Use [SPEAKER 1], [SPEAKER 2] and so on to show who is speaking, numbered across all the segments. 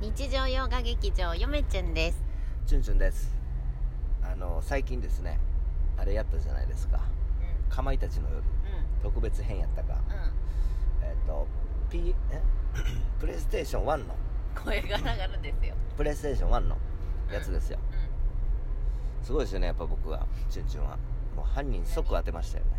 [SPEAKER 1] 日常洋画劇場よめちゅんです
[SPEAKER 2] チュンチュンですあの最近ですねあれやったじゃないですか
[SPEAKER 1] うん
[SPEAKER 2] 「かまいたちの夜
[SPEAKER 1] う」
[SPEAKER 2] 特別編やったか
[SPEAKER 1] んう
[SPEAKER 2] えっ、と P え プレイステーション1の
[SPEAKER 1] ん声が上がるんですよ
[SPEAKER 2] プレイステーション1のやつですよ、
[SPEAKER 1] うん
[SPEAKER 2] すごいですよねやっぱ僕はチュンチュンはもう犯人即当てましたよね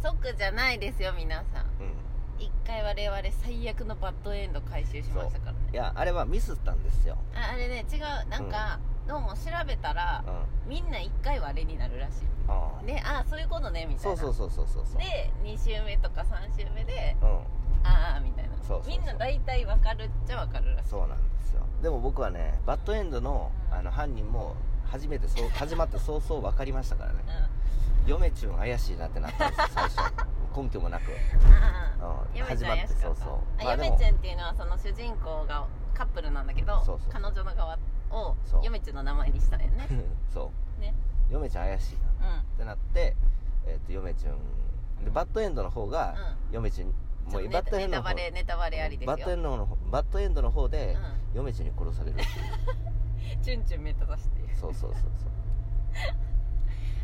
[SPEAKER 1] 即じゃないですよ皆さん
[SPEAKER 2] うん
[SPEAKER 1] 一回我々最悪のバッドエンド回収しましたから
[SPEAKER 2] い
[SPEAKER 1] ね
[SPEAKER 2] やあれはミスったんですよ
[SPEAKER 1] ああれね違うなんか、どうも調べたら
[SPEAKER 2] うんあ
[SPEAKER 1] みんな一回はあれになるらしい
[SPEAKER 2] あ
[SPEAKER 1] でああそういうことねみたい
[SPEAKER 2] そ
[SPEAKER 1] な
[SPEAKER 2] うそうそうそうそうそう
[SPEAKER 1] で2週目とか3週目で
[SPEAKER 2] うん
[SPEAKER 1] ああみたいな
[SPEAKER 2] そうそうそう
[SPEAKER 1] みんな大体わかるっちゃわかるらしい
[SPEAKER 2] そうなんですよでも僕はねバッドエンドの
[SPEAKER 1] うん
[SPEAKER 2] あの犯人も初めてそう始まって早々分かりましたからね
[SPEAKER 1] うんあ
[SPEAKER 2] 嫁チュン怪しいなってなったんですよ最初根拠もなく、
[SPEAKER 1] あ
[SPEAKER 2] うん
[SPEAKER 1] ヨメちゃん怪しか
[SPEAKER 2] そ
[SPEAKER 1] っ
[SPEAKER 2] うそう
[SPEAKER 1] た
[SPEAKER 2] ま
[SPEAKER 1] あ
[SPEAKER 2] あ
[SPEAKER 1] ヨ
[SPEAKER 2] でも
[SPEAKER 1] メちゃんっていうのはその主人公がカップルなんだけど
[SPEAKER 2] そうそう
[SPEAKER 1] 彼女の側を
[SPEAKER 2] そう
[SPEAKER 1] ヨメちゃんの名前にしたんよね
[SPEAKER 2] そう、
[SPEAKER 1] ね
[SPEAKER 2] 嫁ちゃん怪しいな
[SPEAKER 1] うんうん
[SPEAKER 2] ってなって、えっと嫁チュンでバッドエンドの方が、嫁チュン
[SPEAKER 1] ち
[SPEAKER 2] も
[SPEAKER 1] ょっと
[SPEAKER 2] う
[SPEAKER 1] ね
[SPEAKER 2] バッドエンド
[SPEAKER 1] ネタ
[SPEAKER 2] の
[SPEAKER 1] バ
[SPEAKER 2] 方
[SPEAKER 1] レネタバレありですよ
[SPEAKER 2] バッドエンドの方バッドエンドの方で、
[SPEAKER 1] う
[SPEAKER 2] 嫁チュンに殺されるってい
[SPEAKER 1] んチュンチュンめっちゃ出して
[SPEAKER 2] うそ うそうそうそう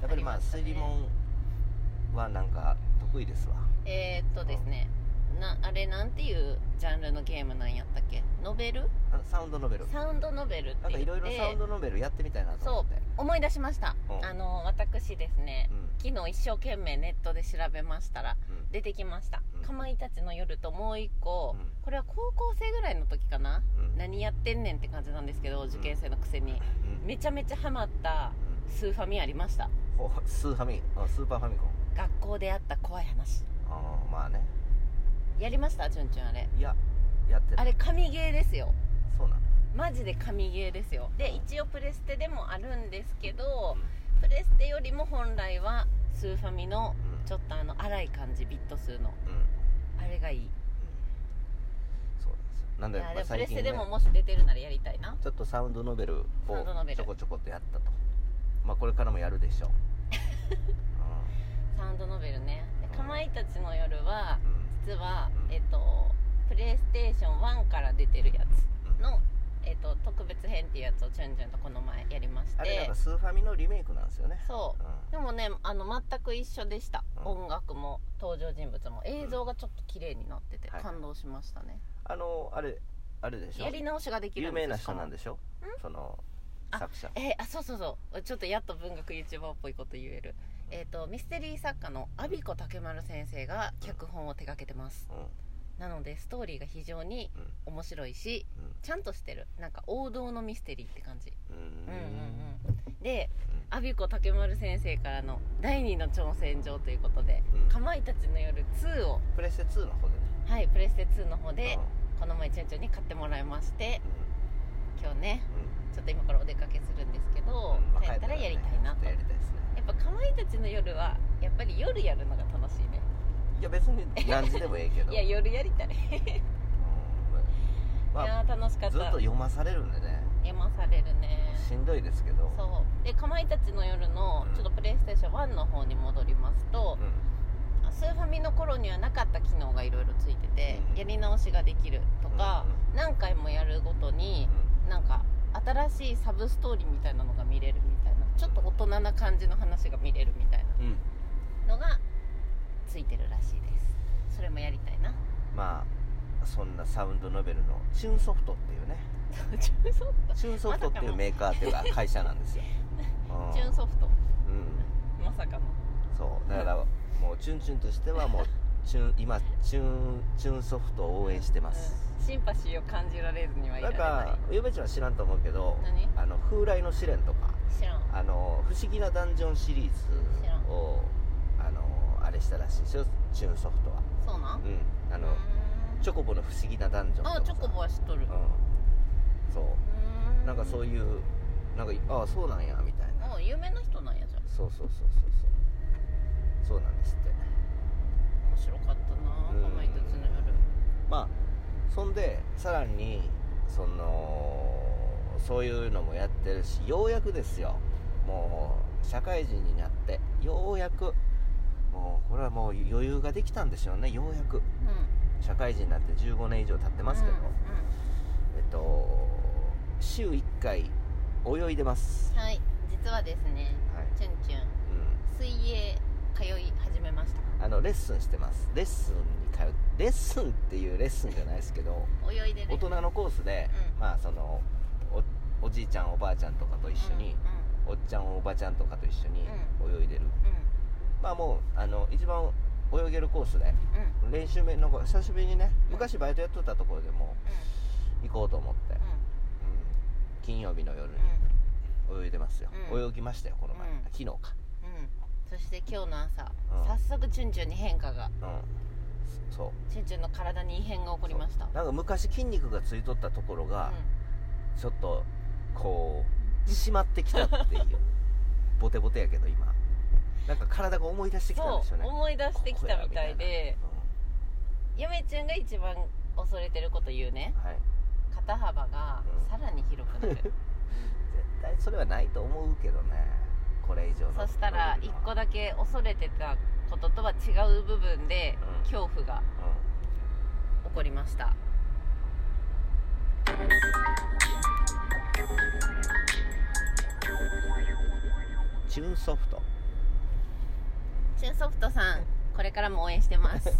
[SPEAKER 2] やっぱりまあ
[SPEAKER 1] ありましたね
[SPEAKER 2] 推理もんはなんか得意ですわ
[SPEAKER 1] えー、っとですねなあれなんていうジャンルのゲームなんやったっけノベル
[SPEAKER 2] あのサウンドノベル
[SPEAKER 1] サウンドノベルって
[SPEAKER 2] なんか
[SPEAKER 1] 言
[SPEAKER 2] い
[SPEAKER 1] って
[SPEAKER 2] ろいろサウンドノベルやってみたいなと思って
[SPEAKER 1] 思い出しました、
[SPEAKER 2] うん
[SPEAKER 1] あの私ですね
[SPEAKER 2] う、ん
[SPEAKER 1] 昨日一生懸命ネットで調べましたら
[SPEAKER 2] うん
[SPEAKER 1] 出てきました
[SPEAKER 2] うん
[SPEAKER 1] 「かまいたちの夜」ともう一個、
[SPEAKER 2] うん
[SPEAKER 1] これは高校生ぐらいの時かな
[SPEAKER 2] うん
[SPEAKER 1] 何やってんねんって感じなんですけど受験生のくせに
[SPEAKER 2] うん
[SPEAKER 1] めちゃめちゃハマったスーファミありました
[SPEAKER 2] おスーファミあスーパーファミコン
[SPEAKER 1] 学校であった怖い話
[SPEAKER 2] ああまあね
[SPEAKER 1] やりましたチュンチュンあれ
[SPEAKER 2] いややってる
[SPEAKER 1] あれ神ゲーですよ
[SPEAKER 2] そうなの
[SPEAKER 1] マジで神ゲーですよで一応プレステでもあるんですけど
[SPEAKER 2] うん
[SPEAKER 1] プレステよりも本来はスーファミの
[SPEAKER 2] うん
[SPEAKER 1] ちょっとあの荒い感じビット数の
[SPEAKER 2] うんうん
[SPEAKER 1] あれがいい
[SPEAKER 2] そうなんですよなん
[SPEAKER 1] いや
[SPEAKER 2] でま
[SPEAKER 1] で
[SPEAKER 2] あ
[SPEAKER 1] もプレ
[SPEAKER 2] 最
[SPEAKER 1] ス
[SPEAKER 2] 近
[SPEAKER 1] テ
[SPEAKER 2] ね
[SPEAKER 1] でももし出てるならやりたいな
[SPEAKER 2] ちょっとサウンドノベルを
[SPEAKER 1] サウンドノベル
[SPEAKER 2] ちょこちょこっとやったとまあこれからもやるで しょう
[SPEAKER 1] サウンドノベルねで
[SPEAKER 2] うん
[SPEAKER 1] かまいたちの夜は
[SPEAKER 2] うんうん
[SPEAKER 1] 実は
[SPEAKER 2] うん
[SPEAKER 1] えっとプレイステーション1から出てるや
[SPEAKER 2] うん
[SPEAKER 1] つのえっと特別編っていうやつをチュンチュンとこの前やりまし
[SPEAKER 2] あれなん
[SPEAKER 1] て
[SPEAKER 2] かスーファミのリメイクなんですよね
[SPEAKER 1] そうでもねあの全く一緒でした、
[SPEAKER 2] うん
[SPEAKER 1] 音楽も登場人物も映像がちょっと綺麗になってて
[SPEAKER 2] はい
[SPEAKER 1] 感動しましたね、
[SPEAKER 2] あのあれあれでしょ
[SPEAKER 1] やり直しができる
[SPEAKER 2] 有
[SPEAKER 1] んです
[SPEAKER 2] 名な人なん
[SPEAKER 1] で
[SPEAKER 2] でしょその
[SPEAKER 1] あ
[SPEAKER 2] 作者
[SPEAKER 1] えーあそうそうそうちょっとやっと文学 YouTuber っぽいこと言えるえっ、とミステリー作家の阿ビ子竹丸先生が脚本を手掛けてます
[SPEAKER 2] うん
[SPEAKER 1] なのでストーリーが非常に面白いし
[SPEAKER 2] うん
[SPEAKER 1] ちゃんとしてるなんか王道のミステリーって感じ
[SPEAKER 2] うん
[SPEAKER 1] うん
[SPEAKER 2] う
[SPEAKER 1] うんんうんで阿ビ子竹丸先生からの第二の挑戦状ということで
[SPEAKER 2] うんうん
[SPEAKER 1] 「かまいたちの夜2」を
[SPEAKER 2] プレステ2の方でね
[SPEAKER 1] はいプレステ2の方で
[SPEAKER 2] うん
[SPEAKER 1] この前ちゅんちゅんに買ってもらいまして今日ね
[SPEAKER 2] うんうん
[SPEAKER 1] ちょっと今からお出かけするんですけど
[SPEAKER 2] まあ
[SPEAKER 1] 帰ったらやりたいな
[SPEAKER 2] 帰
[SPEAKER 1] と
[SPEAKER 2] ったらねちょっやりたいですね
[SPEAKER 1] やっぱかまいたちの夜はやっぱり夜やるのが楽しいね
[SPEAKER 2] いや別に何時でもええけど
[SPEAKER 1] いや夜やりたい、
[SPEAKER 2] うんま
[SPEAKER 1] いや
[SPEAKER 2] あ
[SPEAKER 1] ー楽しかっ
[SPEAKER 2] ずったと読まされるんでね
[SPEAKER 1] 読まされるね
[SPEAKER 2] しんどいですけど
[SPEAKER 1] そうでかまいたちの夜の
[SPEAKER 2] うん
[SPEAKER 1] ちょっとプレイステーション1の方に戻りますと
[SPEAKER 2] う、ん
[SPEAKER 1] スーファミの頃にはなかった機能がいろいろついてて、
[SPEAKER 2] うん
[SPEAKER 1] やり直しができるとか、何回もやるごとになんか新しいサブストーリーみたいなのが見れるみたいなちょっと大人な感じの話が見れるみたい
[SPEAKER 2] うんうん
[SPEAKER 1] なのがついてるらしいですそれもやりたい な
[SPEAKER 2] まあそんなサウンドノベルのチュンソフトっていうね
[SPEAKER 1] チュンソフト
[SPEAKER 2] チュンソフトっていうメーカーっていうか会社なん ですようん
[SPEAKER 1] チュンソフト
[SPEAKER 2] うん
[SPEAKER 1] まさかの
[SPEAKER 2] そうだからもうチュンチュンとしてはもうチュン今チュンチュンソフトを応援してます、
[SPEAKER 1] うんシンパシーを感じられずにはいら
[SPEAKER 2] なん
[SPEAKER 1] れな
[SPEAKER 2] かゆめちゃんは知らんと思うけど
[SPEAKER 1] 何
[SPEAKER 2] あの風来の試練とか
[SPEAKER 1] い知らん
[SPEAKER 2] あの不思議なダンジョンシリー
[SPEAKER 1] 知らん
[SPEAKER 2] ズをあのあれしたらしいですよチュンソフトは
[SPEAKER 1] そうなん
[SPEAKER 2] うんあの、チョコボの不思議なダンジョンとか
[SPEAKER 1] あ
[SPEAKER 2] さ
[SPEAKER 1] チョコボは知っとる
[SPEAKER 2] うんそう
[SPEAKER 1] う
[SPEAKER 2] なんかそう
[SPEAKER 1] いう
[SPEAKER 2] いうなんかああそうなんやみたいな
[SPEAKER 1] もう有名な人なんやじゃん
[SPEAKER 2] そうそうそうそうそうそうなんですって
[SPEAKER 1] 面白かった
[SPEAKER 2] うん
[SPEAKER 1] なかまいたちの夜
[SPEAKER 2] まあそんでさらにそのそういうのもやってるしようやくですよもう社会人になってようやくもうこれはもう余裕ができたんでしょうねようやく
[SPEAKER 1] うん
[SPEAKER 2] 社会人になって15年以上経ってますけど、
[SPEAKER 1] うんうん
[SPEAKER 2] えっと週1回泳いでます
[SPEAKER 1] はい実はですね
[SPEAKER 2] はい、
[SPEAKER 1] チュンチュン水泳通い始めました
[SPEAKER 2] うん、あのレッスンしてますレッスンに通うレッスンっていうレッスンじゃないですけど
[SPEAKER 1] 泳いでる
[SPEAKER 2] 大人のコースで、
[SPEAKER 1] うん
[SPEAKER 2] まあそのおおじいちゃんおばあちゃんとかと一緒に、おっちゃんおばちゃんとかと一緒に泳いでる、
[SPEAKER 1] うん
[SPEAKER 2] まあもうあの一番泳げるコースで
[SPEAKER 1] うんうん
[SPEAKER 2] 練習面の久しぶりにね
[SPEAKER 1] うん
[SPEAKER 2] 昔バイトやってたところでも行こうと思って、うん金曜日の夜
[SPEAKER 1] う
[SPEAKER 2] に泳いでますよ、
[SPEAKER 1] うん
[SPEAKER 2] 泳ぎましたよこの前、
[SPEAKER 1] うん
[SPEAKER 2] 昨日か
[SPEAKER 1] んうんうんそして今日の朝、
[SPEAKER 2] うん
[SPEAKER 1] 早速チュンチュンに変化が
[SPEAKER 2] うんそそう
[SPEAKER 1] チュンチュンの体に異変が起こりました
[SPEAKER 2] なんか昔筋肉がついとったところが、ちょっとこう締まってきたっていう ボテボテやけど今なんか体が思い出して
[SPEAKER 1] うん
[SPEAKER 2] きたんです
[SPEAKER 1] そ
[SPEAKER 2] よ
[SPEAKER 1] う
[SPEAKER 2] ね
[SPEAKER 1] 思い出してきたみたい
[SPEAKER 2] ここや
[SPEAKER 1] で
[SPEAKER 2] み
[SPEAKER 1] ゆめちゃんが一番恐れてること言うね
[SPEAKER 2] たいなうんはい
[SPEAKER 1] 肩幅が
[SPEAKER 2] うん
[SPEAKER 1] さらに広くな る、
[SPEAKER 2] 絶対それはないと思うけどねこれ以上の
[SPEAKER 1] そしたら一個
[SPEAKER 2] だ、
[SPEAKER 1] だけ恐れてたこととは違う部分で
[SPEAKER 2] うん
[SPEAKER 1] 恐怖が起こりました
[SPEAKER 2] うん、チューンソフト
[SPEAKER 1] チュンソフトさんこれからも応援してます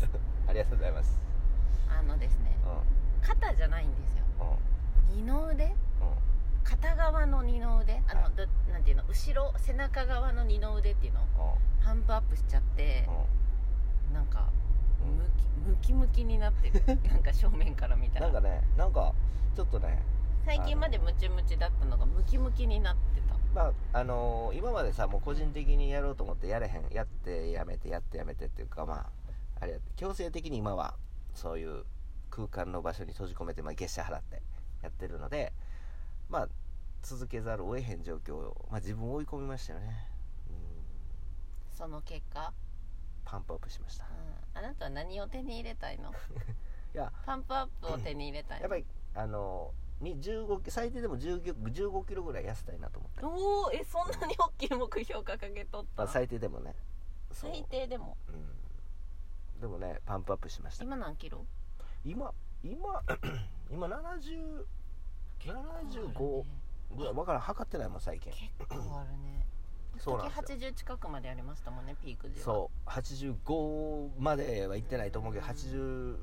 [SPEAKER 2] ありがとうございます
[SPEAKER 1] あのですね
[SPEAKER 2] うん
[SPEAKER 1] 肩じゃないんですよ
[SPEAKER 2] うん
[SPEAKER 1] 二の腕
[SPEAKER 2] う
[SPEAKER 1] 片側の二の腕あの、
[SPEAKER 2] はい
[SPEAKER 1] どなんていうの後ろ背中側の二の腕っていうの
[SPEAKER 2] ん
[SPEAKER 1] パンプアップしちゃってなんか
[SPEAKER 2] うん
[SPEAKER 1] ムキムキムキになってる なんか正面から見
[SPEAKER 2] うん
[SPEAKER 1] た
[SPEAKER 2] なんからねなんかちょっとね
[SPEAKER 1] 最近までムチムチだったのがムキムキになってた
[SPEAKER 2] まああのー今までさもう個人的にやろうと思ってやれへんやってやめてやってやめてっていうかまああれや強制的に今はそういう空間の場所に閉じ込めて、まあ、月謝払ってやってるのでまあ続けざるを得へん状況を、まあ、自分を追い込みましたよねうん
[SPEAKER 1] その結果、
[SPEAKER 2] パンプアップしました
[SPEAKER 1] うん、あなたは何を手に入れたいの
[SPEAKER 2] いや
[SPEAKER 1] パンプアップを手に入れたい
[SPEAKER 2] やっぱりあのーに15最低でも1 5キロぐらい痩せたいなと思って、
[SPEAKER 1] おおえそんなに大きい目標掲げとった、
[SPEAKER 2] まあ、最低でもねそう
[SPEAKER 1] 最低でも
[SPEAKER 2] うん、でもねパンプアップしました
[SPEAKER 1] 今何キロ
[SPEAKER 2] 今今 今70 75ぐらい分からん測ってないもん最近
[SPEAKER 1] 結構あるね
[SPEAKER 2] そうなんです
[SPEAKER 1] 時80近くまでありましたもんねピーク時は
[SPEAKER 2] そう85までは行ってないと思うけど834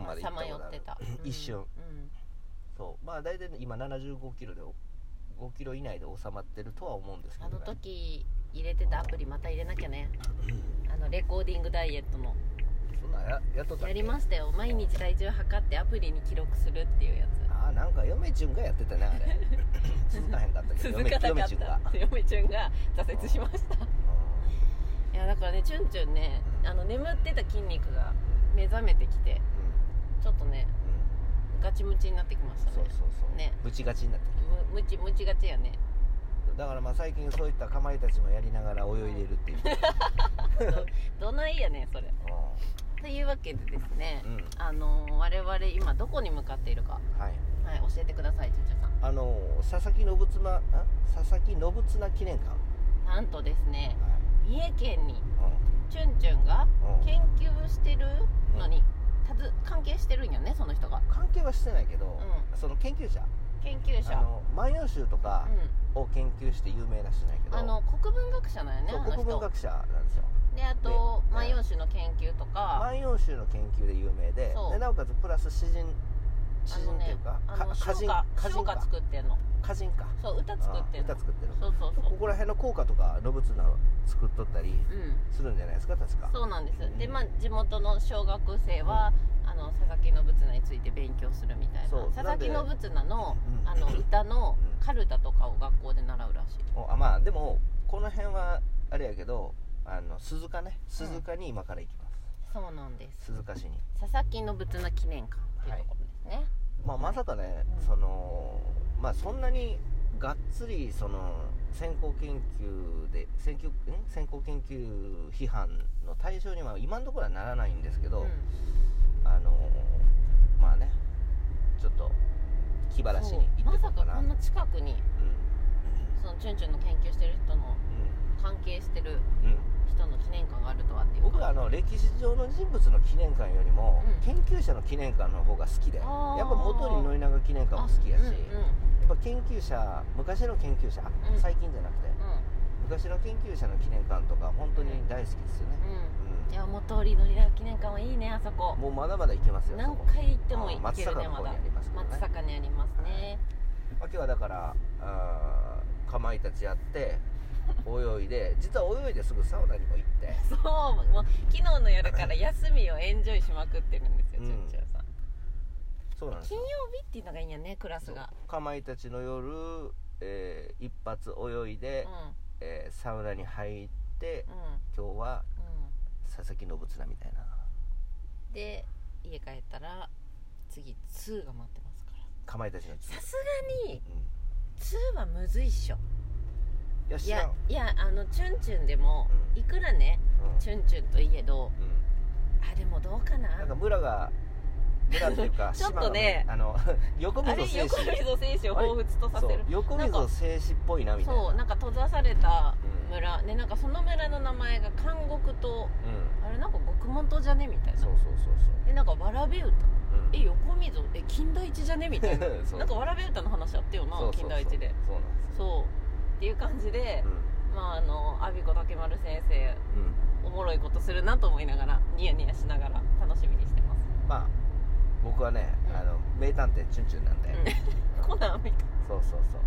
[SPEAKER 2] まで
[SPEAKER 1] さ
[SPEAKER 2] 行った
[SPEAKER 1] ま
[SPEAKER 2] こ
[SPEAKER 1] よ
[SPEAKER 2] とあ
[SPEAKER 1] って
[SPEAKER 2] る
[SPEAKER 1] た
[SPEAKER 2] 一瞬
[SPEAKER 1] うん
[SPEAKER 2] そうまあ大体今75キロで5キロ以内で収まってるとは思うんですけ
[SPEAKER 1] あ
[SPEAKER 2] ど、ね
[SPEAKER 1] の、時入れてたアプリまた入れなきゃねあのレコーディングダイエットの
[SPEAKER 2] そんなんややっとったっ
[SPEAKER 1] や
[SPEAKER 2] け
[SPEAKER 1] りましたよ毎日体重測ってアプリに記録するっていうや
[SPEAKER 2] ああなんか嫁ちゅんがやってたね あれ続かへんかった
[SPEAKER 1] つ
[SPEAKER 2] けど
[SPEAKER 1] 続かな
[SPEAKER 2] 嫁
[SPEAKER 1] かっ
[SPEAKER 2] ちゅんが、
[SPEAKER 1] た嫁ちゅんが挫折しましたいやだからねチュンチュンねあの眠ってた筋肉が
[SPEAKER 2] うん
[SPEAKER 1] 目覚めてきてちょっとね
[SPEAKER 2] うんうん
[SPEAKER 1] ガチムチになってきましたね
[SPEAKER 2] そうそうそう
[SPEAKER 1] ね
[SPEAKER 2] ブチガチになって
[SPEAKER 1] むムチムチガチやね
[SPEAKER 2] だからまあ最近そういったかまいたちもやりながら泳いでるっていう、
[SPEAKER 1] どないやねんそれというわけでですね
[SPEAKER 2] うん、
[SPEAKER 1] あのー我々今どこに向かっているか
[SPEAKER 2] はい
[SPEAKER 1] はい教えてくださいチュンチュンさん
[SPEAKER 2] あの佐々木信綱あ佐々木信綱記念館、は
[SPEAKER 1] なんとですね三重県に
[SPEAKER 2] い
[SPEAKER 1] チュンチュンが
[SPEAKER 2] うんうん
[SPEAKER 1] 研究してる
[SPEAKER 2] うん
[SPEAKER 1] のにたず関係してるんよねその人が
[SPEAKER 2] 関係はしてないけど、
[SPEAKER 1] う
[SPEAKER 2] その研究者
[SPEAKER 1] 研究
[SPEAKER 2] あ
[SPEAKER 1] 者
[SPEAKER 2] の「万葉集」とか
[SPEAKER 1] う
[SPEAKER 2] を研究して有名な人なんやけ
[SPEAKER 1] ん
[SPEAKER 2] ど
[SPEAKER 1] あの国文学者なんよね
[SPEAKER 2] そ
[SPEAKER 1] あ
[SPEAKER 2] う
[SPEAKER 1] の
[SPEAKER 2] 国文
[SPEAKER 1] 人
[SPEAKER 2] 学者なんですよ
[SPEAKER 1] であと
[SPEAKER 2] で
[SPEAKER 1] 万葉集の研究と
[SPEAKER 2] 「
[SPEAKER 1] か
[SPEAKER 2] 万葉集」の研究で有名で
[SPEAKER 1] そう
[SPEAKER 2] でなおかつプラス詩人詩
[SPEAKER 1] あの
[SPEAKER 2] 人ってい
[SPEAKER 1] ね
[SPEAKER 2] うか
[SPEAKER 1] あ
[SPEAKER 2] か
[SPEAKER 1] の
[SPEAKER 2] 歌
[SPEAKER 1] 唱
[SPEAKER 2] 人
[SPEAKER 1] 歌唱
[SPEAKER 2] 歌人
[SPEAKER 1] 歌
[SPEAKER 2] か
[SPEAKER 1] 作ってんの
[SPEAKER 2] 歌人か
[SPEAKER 1] そう歌作ってん
[SPEAKER 2] あ
[SPEAKER 1] の
[SPEAKER 2] 歌作ってる
[SPEAKER 1] そうそうそ
[SPEAKER 2] ここら辺の効果とかロブツナ作っとったり
[SPEAKER 1] ううん
[SPEAKER 2] するんじゃないですか確か
[SPEAKER 1] そうなんですでまあ地元の小学生は、あの佐々木信綱について勉強するみたいな
[SPEAKER 2] そう
[SPEAKER 1] 佐々木
[SPEAKER 2] なんで
[SPEAKER 1] 信綱の
[SPEAKER 2] うん
[SPEAKER 1] あの歌の
[SPEAKER 2] うん
[SPEAKER 1] カルタとかを学校で習うらしい
[SPEAKER 2] おあまあでもこの辺はあれやけどあの鈴鹿ね鈴鹿に今から行きます、
[SPEAKER 1] そうなんです
[SPEAKER 2] 鈴鹿市に、
[SPEAKER 1] 佐々木信綱記念館っていうところですね、
[SPEAKER 2] まあ、まさかね、
[SPEAKER 1] うん
[SPEAKER 2] そのまあそんなにがっつりその先行研究で先行ん先行研究批判の対象には今のところはならないんですけど、
[SPEAKER 1] うん
[SPEAKER 2] あのまあねちょっと気晴らしに行
[SPEAKER 1] ま
[SPEAKER 2] ってこ
[SPEAKER 1] さ
[SPEAKER 2] うか
[SPEAKER 1] か
[SPEAKER 2] な
[SPEAKER 1] こんな近くにそのチュンチュンの研究してる人の関係してる
[SPEAKER 2] うん、うんうん
[SPEAKER 1] 人の記念館があるとはっていうか
[SPEAKER 2] 僕はあの歴史上の人物の記念館よりも、
[SPEAKER 1] うん
[SPEAKER 2] 研究者の記念館の方が好きでやっ
[SPEAKER 1] あー
[SPEAKER 2] ぱ元に宣長記念館も好きや
[SPEAKER 1] あう
[SPEAKER 2] し、
[SPEAKER 1] んうん
[SPEAKER 2] やっぱ研究者昔の研究者、
[SPEAKER 1] うん
[SPEAKER 2] 最近じゃなくて昔の研究者の記念館とか本当に大好きですよね、
[SPEAKER 1] うんいや元リノリラ記念館はいいねあそこ
[SPEAKER 2] うんもうまだまだ行けますよそ
[SPEAKER 1] 何
[SPEAKER 2] こ
[SPEAKER 1] 回行ってもい
[SPEAKER 2] あ
[SPEAKER 1] けるね
[SPEAKER 2] 松阪の
[SPEAKER 1] ま
[SPEAKER 2] 方に
[SPEAKER 1] だ
[SPEAKER 2] ありますけどね
[SPEAKER 1] 松阪にありますね
[SPEAKER 2] 今日はだからあーかまいたち やって泳いで実は泳いですぐサウナにも行って
[SPEAKER 1] そうもう昨日の夜から休みをエンジョイしまくってるんですよ
[SPEAKER 2] うん
[SPEAKER 1] ちゅんちゅんさん
[SPEAKER 2] そうなんです
[SPEAKER 1] 金
[SPEAKER 2] よ
[SPEAKER 1] 曜日っていうのがいいんやねクラスが
[SPEAKER 2] かまいたちの夜、えー一発泳いで、
[SPEAKER 1] う
[SPEAKER 2] えーサウナに入って
[SPEAKER 1] んうん
[SPEAKER 2] 今日は
[SPEAKER 1] う
[SPEAKER 2] 佐々木信綱みたいなん
[SPEAKER 1] で家帰ったら次2が待ってますから
[SPEAKER 2] かまいたちの
[SPEAKER 1] さすがに
[SPEAKER 2] うん
[SPEAKER 1] 2はむずいっしょ
[SPEAKER 2] いや
[SPEAKER 1] い
[SPEAKER 2] 知らん
[SPEAKER 1] やいやあのチュンチュンでも、
[SPEAKER 2] うん
[SPEAKER 1] いくらね
[SPEAKER 2] うん
[SPEAKER 1] チュンチュンといえど
[SPEAKER 2] う
[SPEAKER 1] あでもどうかなん
[SPEAKER 2] なんか村が村っていうか
[SPEAKER 1] ちょっとね
[SPEAKER 2] 島があの 横
[SPEAKER 1] あ
[SPEAKER 2] 溝
[SPEAKER 1] れ
[SPEAKER 2] 静
[SPEAKER 1] 横
[SPEAKER 2] 止
[SPEAKER 1] 溝選手を彷彿とさせ
[SPEAKER 2] そう
[SPEAKER 1] る
[SPEAKER 2] 横溝静止っぽいなみたいな
[SPEAKER 1] そうなん
[SPEAKER 2] か
[SPEAKER 1] か閉ざされた
[SPEAKER 2] うん
[SPEAKER 1] 村でなんかその村の名前が監獄と
[SPEAKER 2] うん
[SPEAKER 1] あれなんか獄門島じゃねみたいな
[SPEAKER 2] そうそうそうそう
[SPEAKER 1] でなんかわらべ歌
[SPEAKER 2] うん
[SPEAKER 1] え横溝え金田一じゃねみたいな
[SPEAKER 2] そう
[SPEAKER 1] なんかわらべ歌の話あったよな
[SPEAKER 2] そうそうそ
[SPEAKER 1] 金
[SPEAKER 2] う
[SPEAKER 1] 田一で
[SPEAKER 2] そうなんです
[SPEAKER 1] そうっていう感じで
[SPEAKER 2] う、
[SPEAKER 1] まああの阿鼻子竹丸先生
[SPEAKER 2] ん、うん、
[SPEAKER 1] おもろいことするなと思いながらニヤニヤしながら楽しみにしてます
[SPEAKER 2] まあ僕はね、
[SPEAKER 1] うん
[SPEAKER 2] あの名探偵チュンチュン なんで、
[SPEAKER 1] うんコナンみたい
[SPEAKER 2] そうそうそう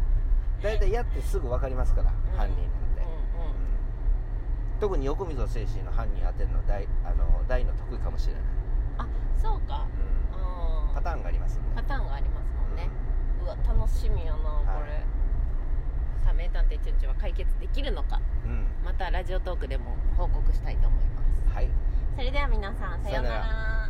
[SPEAKER 2] 大体やってすぐ分かりますから、
[SPEAKER 1] ん
[SPEAKER 2] 犯人なんで、
[SPEAKER 1] なうん
[SPEAKER 2] うん特に横溝精神の犯人当てるの大あの大の得意かもしれない、
[SPEAKER 1] うんそうか
[SPEAKER 2] うん
[SPEAKER 1] うん
[SPEAKER 2] パターンがありますんで
[SPEAKER 1] パターンがありますもんねうわ楽しみやなこれ、さあ名探偵チュンチュンは解決できるのか
[SPEAKER 2] うん
[SPEAKER 1] またラジオトークでも報告したいと思います
[SPEAKER 2] はい
[SPEAKER 1] それでは皆さんさような
[SPEAKER 2] さような
[SPEAKER 1] ら